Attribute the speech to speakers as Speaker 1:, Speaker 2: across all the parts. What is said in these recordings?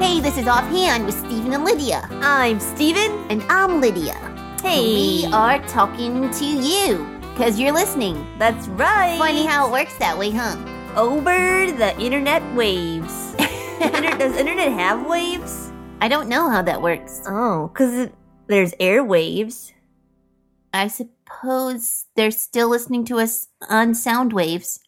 Speaker 1: Hey, this is Offhand with Stephen and Lydia.
Speaker 2: I'm Steven.
Speaker 1: And I'm Lydia.
Speaker 2: Hey.
Speaker 1: We are talking to you because you're listening.
Speaker 2: That's right.
Speaker 1: Funny how it works that way, huh?
Speaker 2: over the internet waves. Inter- does internet have waves?
Speaker 1: I don't know how that works.
Speaker 2: Oh, because there's air waves.
Speaker 1: I suppose they're still listening to us on sound waves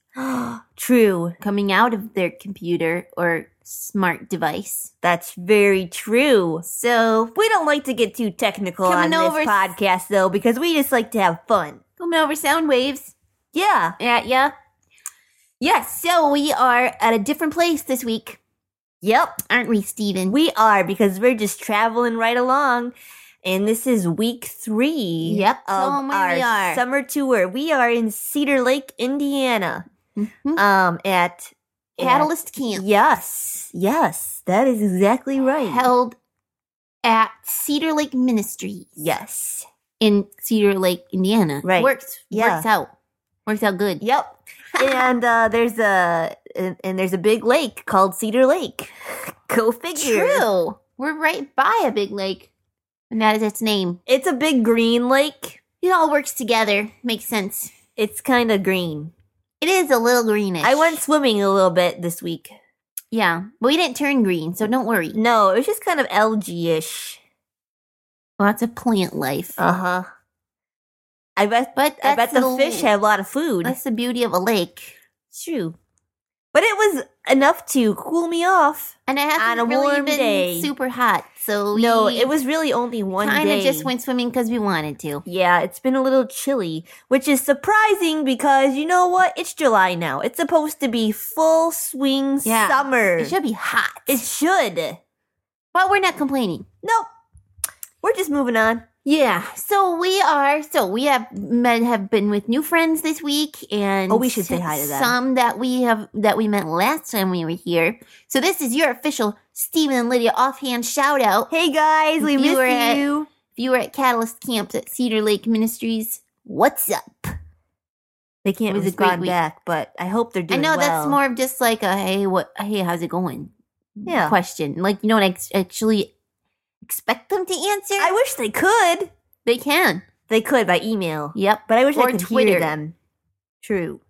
Speaker 2: true.
Speaker 1: coming out of their computer or smart device.
Speaker 2: That's very true.
Speaker 1: So,
Speaker 2: We don't like to get too technical
Speaker 1: Coming
Speaker 2: on
Speaker 1: over
Speaker 2: this
Speaker 1: s-
Speaker 2: podcast though, because we just like to have fun.
Speaker 1: coming over sound waves.
Speaker 2: Yeah.
Speaker 1: Yeah, yeah. Yes, so we are at a different place this week,
Speaker 2: Yep.
Speaker 1: aren't we, Steven?
Speaker 2: We are because we're just traveling right along. And this is week three
Speaker 1: Yep, tell
Speaker 2: of
Speaker 1: 'em where
Speaker 2: our
Speaker 1: we are.
Speaker 2: summer tour. We are in Cedar Lake, Indiana.
Speaker 1: Mhm.
Speaker 2: Um at at-
Speaker 1: Catalyst Camp.
Speaker 2: Yes, yes, that is exactly right.
Speaker 1: held at Cedar Lake Ministries.
Speaker 2: yes.
Speaker 1: In Cedar Lake, Indiana.
Speaker 2: Right.
Speaker 1: Works
Speaker 2: Yeah.
Speaker 1: works out. Works out good.
Speaker 2: Yep. and uh, there's a and, and there's a big lake called Cedar Lake. Go figure.
Speaker 1: True. We're right by a big lake. And that is its name.
Speaker 2: It's a big green lake.
Speaker 1: It all works together. Makes sense.
Speaker 2: It's kind of green.
Speaker 1: It is a little greenish.
Speaker 2: I went swimming a little bit this week.
Speaker 1: Yeah. But we didn't turn green, so don't worry.
Speaker 2: No, it was just kind of algae-ish.
Speaker 1: Lots of plant life.
Speaker 2: Uh huh. I bet.
Speaker 1: but
Speaker 2: I
Speaker 1: Uh-huh. that's
Speaker 2: bet the fish
Speaker 1: have
Speaker 2: have a lot of food.
Speaker 1: that's the beauty of a lake.
Speaker 2: true. But it was enough to cool me off.
Speaker 1: And it hasn't
Speaker 2: On a
Speaker 1: really
Speaker 2: warm
Speaker 1: been
Speaker 2: day.
Speaker 1: super hot. So
Speaker 2: No,
Speaker 1: we
Speaker 2: it was really only one
Speaker 1: kind
Speaker 2: day.
Speaker 1: of just went swimming because we wanted to.
Speaker 2: Yeah, it's been a little chilly, which is surprising because you know what? It's July now. It's supposed to be full swing
Speaker 1: Yeah,
Speaker 2: summer.
Speaker 1: It should be hot.
Speaker 2: It should.
Speaker 1: But we're not complaining.
Speaker 2: Nope. We're just moving on.
Speaker 1: Yeah. So we are. So we have met, have been with new friends this week, and
Speaker 2: Oh, we should say hi to them.
Speaker 1: Some that we have that we met last time we were here. So this is your official Stephen and Lydia offhand shout out.
Speaker 2: Hey guys, we
Speaker 1: You
Speaker 2: miss
Speaker 1: were at-
Speaker 2: you.
Speaker 1: If you were at Catalyst Camp at Cedar Lake Ministries, what's up?
Speaker 2: They
Speaker 1: It
Speaker 2: can't
Speaker 1: was a great
Speaker 2: respond
Speaker 1: week.
Speaker 2: back, but I hope they're
Speaker 1: I
Speaker 2: doing
Speaker 1: know that's
Speaker 2: well.
Speaker 1: more of just like a hey, what? Hey, how's it going?
Speaker 2: Yeah.
Speaker 1: Question. Like you don't ex- actually expect them to answer.
Speaker 2: I wish they could.
Speaker 1: they can.
Speaker 2: They could by email,
Speaker 1: Yep.
Speaker 2: but I wish
Speaker 1: Or
Speaker 2: I could
Speaker 1: Twitter.
Speaker 2: hear them. True.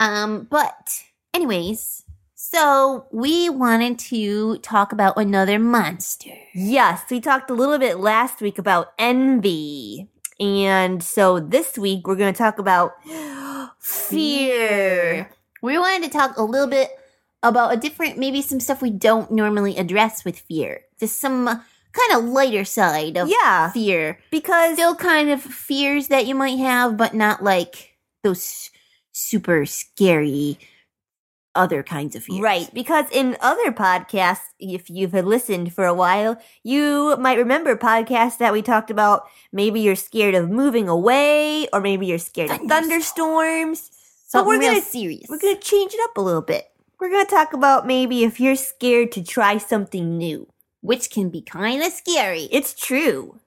Speaker 1: Um, but anyways, so we wanted to talk about another monster.
Speaker 2: Yes, we talked a little bit last week about envy. And so this week we're going to talk about fear.
Speaker 1: We wanted to talk a little bit about a different, maybe some stuff we don't normally address with fear. Just some kind of lighter side of
Speaker 2: Yeah,
Speaker 1: fear.
Speaker 2: because
Speaker 1: Still kind of fears that you might have, but not like those super scary other kinds of fears.
Speaker 2: right, because in other podcasts if you've listened for a while, you might remember podcasts that we talked about maybe you're scared of moving away or maybe you're scared of thunderstorms.
Speaker 1: So
Speaker 2: we're
Speaker 1: we're real
Speaker 2: gonna-
Speaker 1: serious.
Speaker 2: We're going to change it up a little bit. We're going to talk about maybe if you're scared to try something new.
Speaker 1: which can be kind of scary.
Speaker 2: It's true.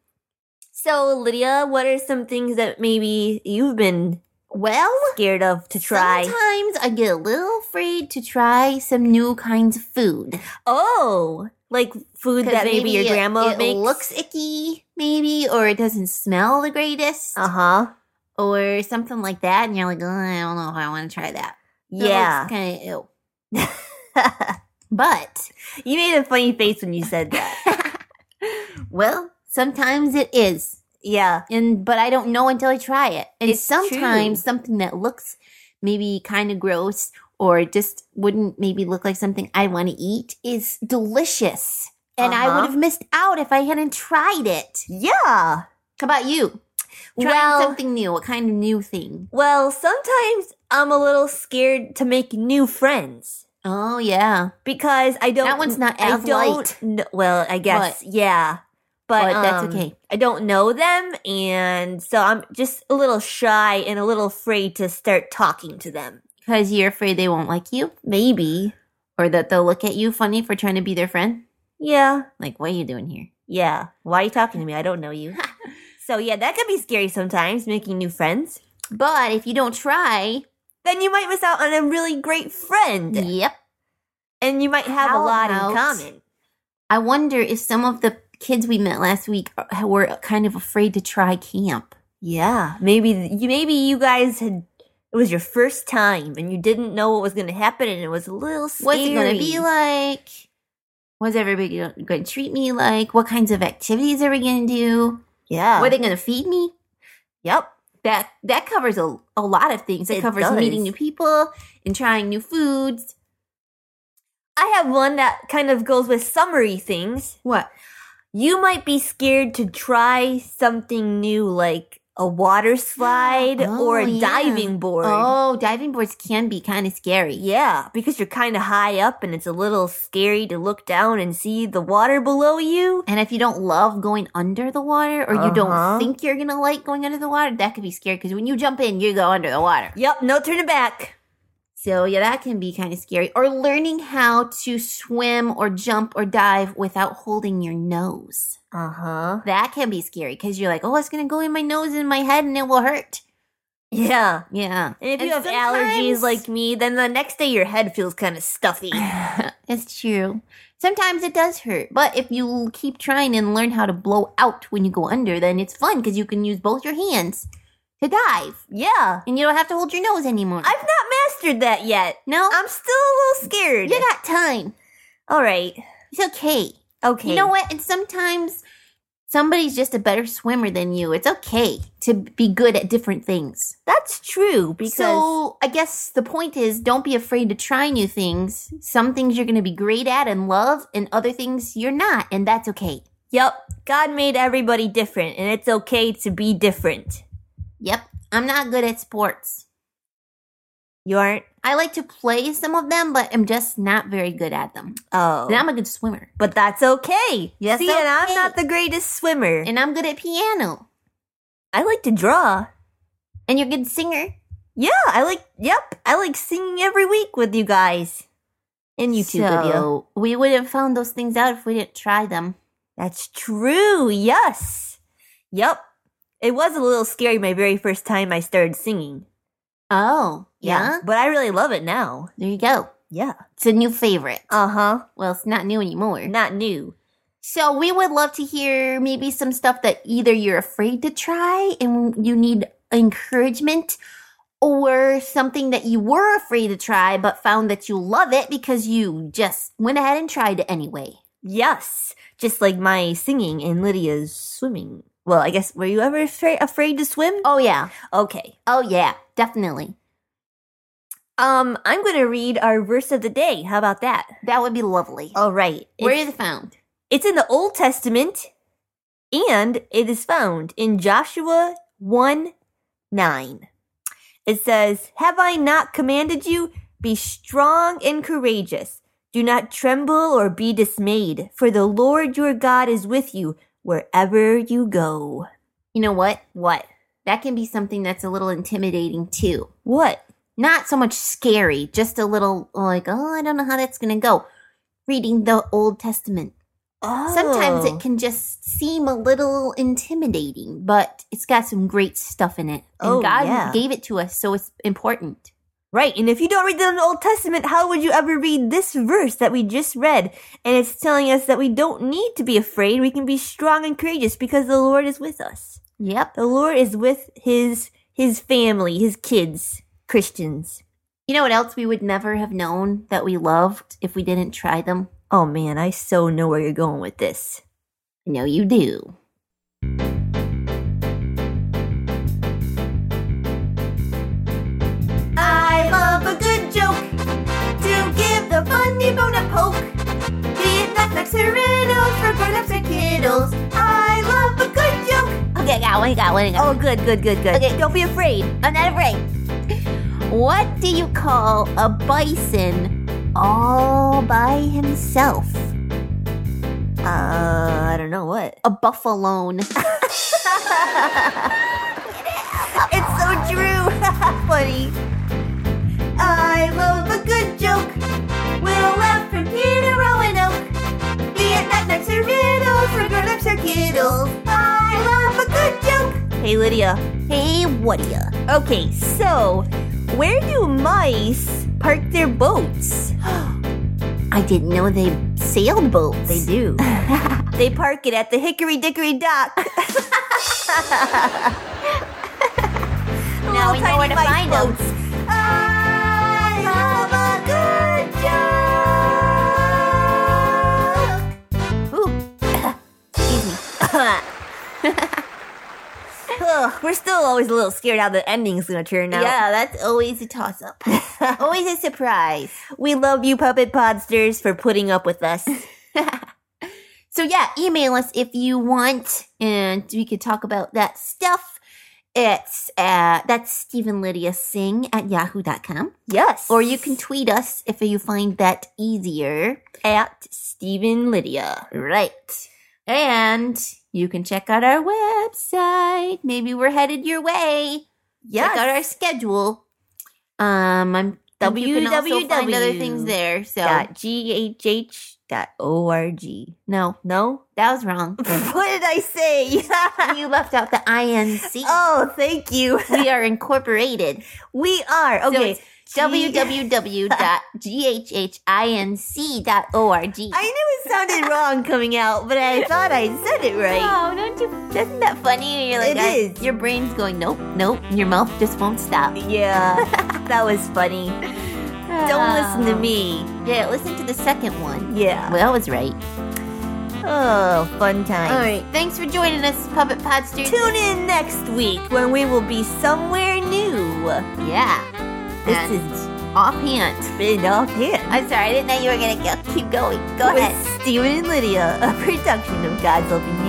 Speaker 2: So, Lydia, what are some things that maybe you've been
Speaker 1: well,
Speaker 2: scared of to try?
Speaker 1: Sometimes I get a little afraid to try some new kinds of food.
Speaker 2: Oh, like food
Speaker 1: 'Cause
Speaker 2: that maybe, your
Speaker 1: it-
Speaker 2: grandma
Speaker 1: it,
Speaker 2: makes.
Speaker 1: looks icky, maybe, or it doesn't smell the greatest,
Speaker 2: uh huh.
Speaker 1: or something like that, and you're like, "Ugh, I don't know if I want to try that.
Speaker 2: Yeah.
Speaker 1: kind of ill. But
Speaker 2: you made a funny face when you said that.
Speaker 1: well, sometimes it is,
Speaker 2: Yeah.
Speaker 1: and but I don't know until I try it. And
Speaker 2: It's
Speaker 1: sometimes
Speaker 2: true.
Speaker 1: something that looks maybe kind of gross or just wouldn't maybe look like something I want to eat is delicious. And I
Speaker 2: Uh-huh.
Speaker 1: would have missed out if I hadn't tried it.
Speaker 2: Yeah.
Speaker 1: How about you? Trying
Speaker 2: Well-
Speaker 1: something new. What kind of new thing?
Speaker 2: Well, sometimes I'm a little scared to make new friends
Speaker 1: Oh yeah,
Speaker 2: because I don't.
Speaker 1: That one's not
Speaker 2: I
Speaker 1: as
Speaker 2: don't
Speaker 1: light.
Speaker 2: kn- well, I guess. Yeah. But,
Speaker 1: but that's
Speaker 2: um,
Speaker 1: okay.
Speaker 2: I don't know them, and so I'm just a little shy and a little afraid to start talking to them.
Speaker 1: Because you're afraid they won't like you,
Speaker 2: Maybe.
Speaker 1: or that they'll look at you funny for trying to be their friend.
Speaker 2: Yeah.
Speaker 1: Like, what are you doing here?
Speaker 2: Yeah. Why are you talking to me? I don't know you. so, yeah, that can be scary sometimes, making new friends.
Speaker 1: But if you don't try,
Speaker 2: Then you might miss out on a really great friend,
Speaker 1: yep.
Speaker 2: and you might have
Speaker 1: How
Speaker 2: a lot
Speaker 1: about-
Speaker 2: in common.
Speaker 1: I wonder if some of the kids we met last week are- were kind of afraid to try camp.
Speaker 2: Yeah, maybe you maybe you guys had it was your first time and you didn't know what was going to happen and it was a little scary.
Speaker 1: What's it going to be like? What's everybody going to treat me like? What kinds of activities are we going to do?
Speaker 2: Yeah.
Speaker 1: What are they going to feed me?
Speaker 2: yep.
Speaker 1: That that covers a, a lot of things. It,
Speaker 2: It
Speaker 1: covers
Speaker 2: does.
Speaker 1: meeting new people and trying new foods.
Speaker 2: I have one that kind of goes with summary things.
Speaker 1: What?
Speaker 2: You might be scared to try something new like a water slide
Speaker 1: Oh,
Speaker 2: or a
Speaker 1: yeah.
Speaker 2: diving board.
Speaker 1: Oh, diving boards can be kind of scary.
Speaker 2: Yeah, because you're kind of high up and it's a little scary to look down and see the water below you.
Speaker 1: And if you don't love going under the water or you
Speaker 2: Uh-huh.
Speaker 1: don't think you're going to like going under the water, that could be scary because when you jump in, you go under the water.
Speaker 2: Yep, no turning back.
Speaker 1: So, yeah, that can be kind of scary. Or learning how to swim or jump or dive without holding your nose.
Speaker 2: Uh huh.
Speaker 1: That can be scary because you're like, oh, it's going to go in my nose and my head and it will hurt.
Speaker 2: Yeah.
Speaker 1: Yeah.
Speaker 2: And if you have allergies
Speaker 1: sometimes-
Speaker 2: like me, then the next day your head feels kind of stuffy.
Speaker 1: it's true. Sometimes it does hurt, but if you keep trying and learn how to blow out when you go under, then it's fun because you can use both your hands to dive
Speaker 2: yeah.
Speaker 1: and you don't have to hold your nose anymore.
Speaker 2: I've not mastered that yet.
Speaker 1: no,
Speaker 2: I'm still a little scared.
Speaker 1: you got time.
Speaker 2: All right.
Speaker 1: It's okay.
Speaker 2: Okay.
Speaker 1: You know what? And sometimes somebody's just a better swimmer than you. It's okay to be good at different things.
Speaker 2: That's true because
Speaker 1: so I guess the point is don't be afraid to try new things. Some things you're going to be great at and love, and other things you're not, and that's okay.
Speaker 2: yep, God made everybody different and it's okay to be different.
Speaker 1: Yep, I'm not good at sports.
Speaker 2: You aren't?
Speaker 1: I like to play some of them, but I'm just not very good at them.
Speaker 2: Oh.
Speaker 1: And I'm a good swimmer,
Speaker 2: but that's okay.
Speaker 1: Yes,
Speaker 2: See, and I'm
Speaker 1: okay.
Speaker 2: not the greatest swimmer.
Speaker 1: and I'm good at piano,
Speaker 2: I like to draw.
Speaker 1: and you're a good singer.
Speaker 2: Yeah, I like yep, I like singing every week with you guys. In YouTube video.
Speaker 1: So, We wouldn't have found those things out if we didn't try them.
Speaker 2: That's true. Yes. Yep. It was a little scary my very first time I started singing.
Speaker 1: Oh, yeah.
Speaker 2: But I really love it now.
Speaker 1: There you go.
Speaker 2: Yeah.
Speaker 1: It's a new favorite.
Speaker 2: Uh-huh.
Speaker 1: well, it's not new anymore.
Speaker 2: Not new.
Speaker 1: So we would love to hear maybe some stuff that either you're afraid to try and you need encouragement or something that you were afraid to try but found that you love it because you just went ahead and tried it anyway.
Speaker 2: Yes, just like my singing and Lydia's swimming. Well, I guess were you ever afraid, afraid to swim?
Speaker 1: Oh yeah.
Speaker 2: Okay.
Speaker 1: Oh yeah, definitely.
Speaker 2: Um, I'm gonna read our verse of the day. How about that?
Speaker 1: That would be lovely.
Speaker 2: All right.
Speaker 1: Where
Speaker 2: Oh, It's-
Speaker 1: is it found?
Speaker 2: it's in the Old Testament, and it is found in Joshua one nine. It says, "Have I not commanded you? Be strong and courageous. Do not tremble or be dismayed, for the Lord your God is with you wherever you go."
Speaker 1: You know what?
Speaker 2: What?
Speaker 1: That can be something that's a little intimidating too.
Speaker 2: What?
Speaker 1: Not so much scary, just a little like, oh, I don't know how that's going to go. Reading the Old Testament.
Speaker 2: Oh.
Speaker 1: Sometimes it can just seem a little intimidating, but it's got some great stuff in it. And
Speaker 2: Oh,
Speaker 1: God
Speaker 2: yeah.
Speaker 1: gave it to us, so it's important.
Speaker 2: Right, and if you don't read the Old Testament, how would you ever read this verse that we just read? And it's telling us that we don't need to be afraid. We can be strong and courageous because the Lord is with us.
Speaker 1: Yep.
Speaker 2: The Lord is with his his family, his kids, Christians.
Speaker 1: You know what else we would never have known that we loved if we didn't try them?
Speaker 2: Oh man, I so know where you're going with this.
Speaker 1: I know you do.
Speaker 2: I love a good joke to give the funny bone a poke. Be it that next or for grown-ups or kiddles. I love a good joke.
Speaker 1: Okay, I got one, I got one, I got
Speaker 2: Oh, good, good, good, good.
Speaker 1: Okay.
Speaker 2: don't be afraid.
Speaker 1: one. I'm not afraid. What do you call a bison all by himself?
Speaker 2: Uh, I don't know what.
Speaker 1: A buffalo.
Speaker 2: It's so true. Funny. I love a good joke. We'll laugh from here to Roanoke. Be it knickknacks or riddles, for grown-ups or kiddles. I love a good joke. Hey, Lydia.
Speaker 1: hey, what do you?
Speaker 2: Okay, so where do mice park their boats?
Speaker 1: I didn't know they sailboats.
Speaker 2: They do. they park it at the Hickory Dickory Dock.
Speaker 1: Now we know where to find 'em.
Speaker 2: them. I love a good joke.
Speaker 1: Ooh. Excuse me.
Speaker 2: Ugh, we're still always a little scared how the ending's gonna turn out.
Speaker 1: Yeah, that's always a toss up. always a surprise.
Speaker 2: We love you, Puppet Podsters, for putting up with us.
Speaker 1: So yeah, email us if you want, and we could talk about that stuff. It's uh that's Stephen Lydia Singh at yahoo.com.
Speaker 2: yes.
Speaker 1: Or you can tweet us if you find that easier.
Speaker 2: at Stephen Lydia.
Speaker 1: Right. And you can check out our website. Maybe we're headed your way.
Speaker 2: Yes.
Speaker 1: Check out our schedule. Um I'm and you can also find other things there. So
Speaker 2: Dot G-H-H dot O-R-G.
Speaker 1: no,
Speaker 2: No?
Speaker 1: that was wrong.
Speaker 2: what did I say?
Speaker 1: you left out the E. INC.
Speaker 2: oh, thank you.
Speaker 1: We are incorporated.
Speaker 2: We are. Okay.
Speaker 1: it's www.ghhinc.org.
Speaker 2: I knew it sounded wrong coming out, but I thought I said it right.
Speaker 1: Oh, don't you? Isn't that funny? You're like,
Speaker 2: It
Speaker 1: I-
Speaker 2: is.
Speaker 1: Your brain's going, nope, nope. Your mouth just won't stop.
Speaker 2: Yeah. that was funny. Don't listen to me.
Speaker 1: Yeah, listen to the second one.
Speaker 2: Yeah.
Speaker 1: Well, I was right.
Speaker 2: Oh, fun time.
Speaker 1: All right. Thanks for joining us, Puppet Podster.
Speaker 2: Tune in next week when we will be somewhere new.
Speaker 1: Yeah.
Speaker 2: This
Speaker 1: And-
Speaker 2: is
Speaker 1: Offhand.
Speaker 2: been off here.
Speaker 1: I'm sorry. I didn't know you were gonna go. Keep going. Go
Speaker 2: with
Speaker 1: ahead.
Speaker 2: Steven and Lydia, a production of God's Open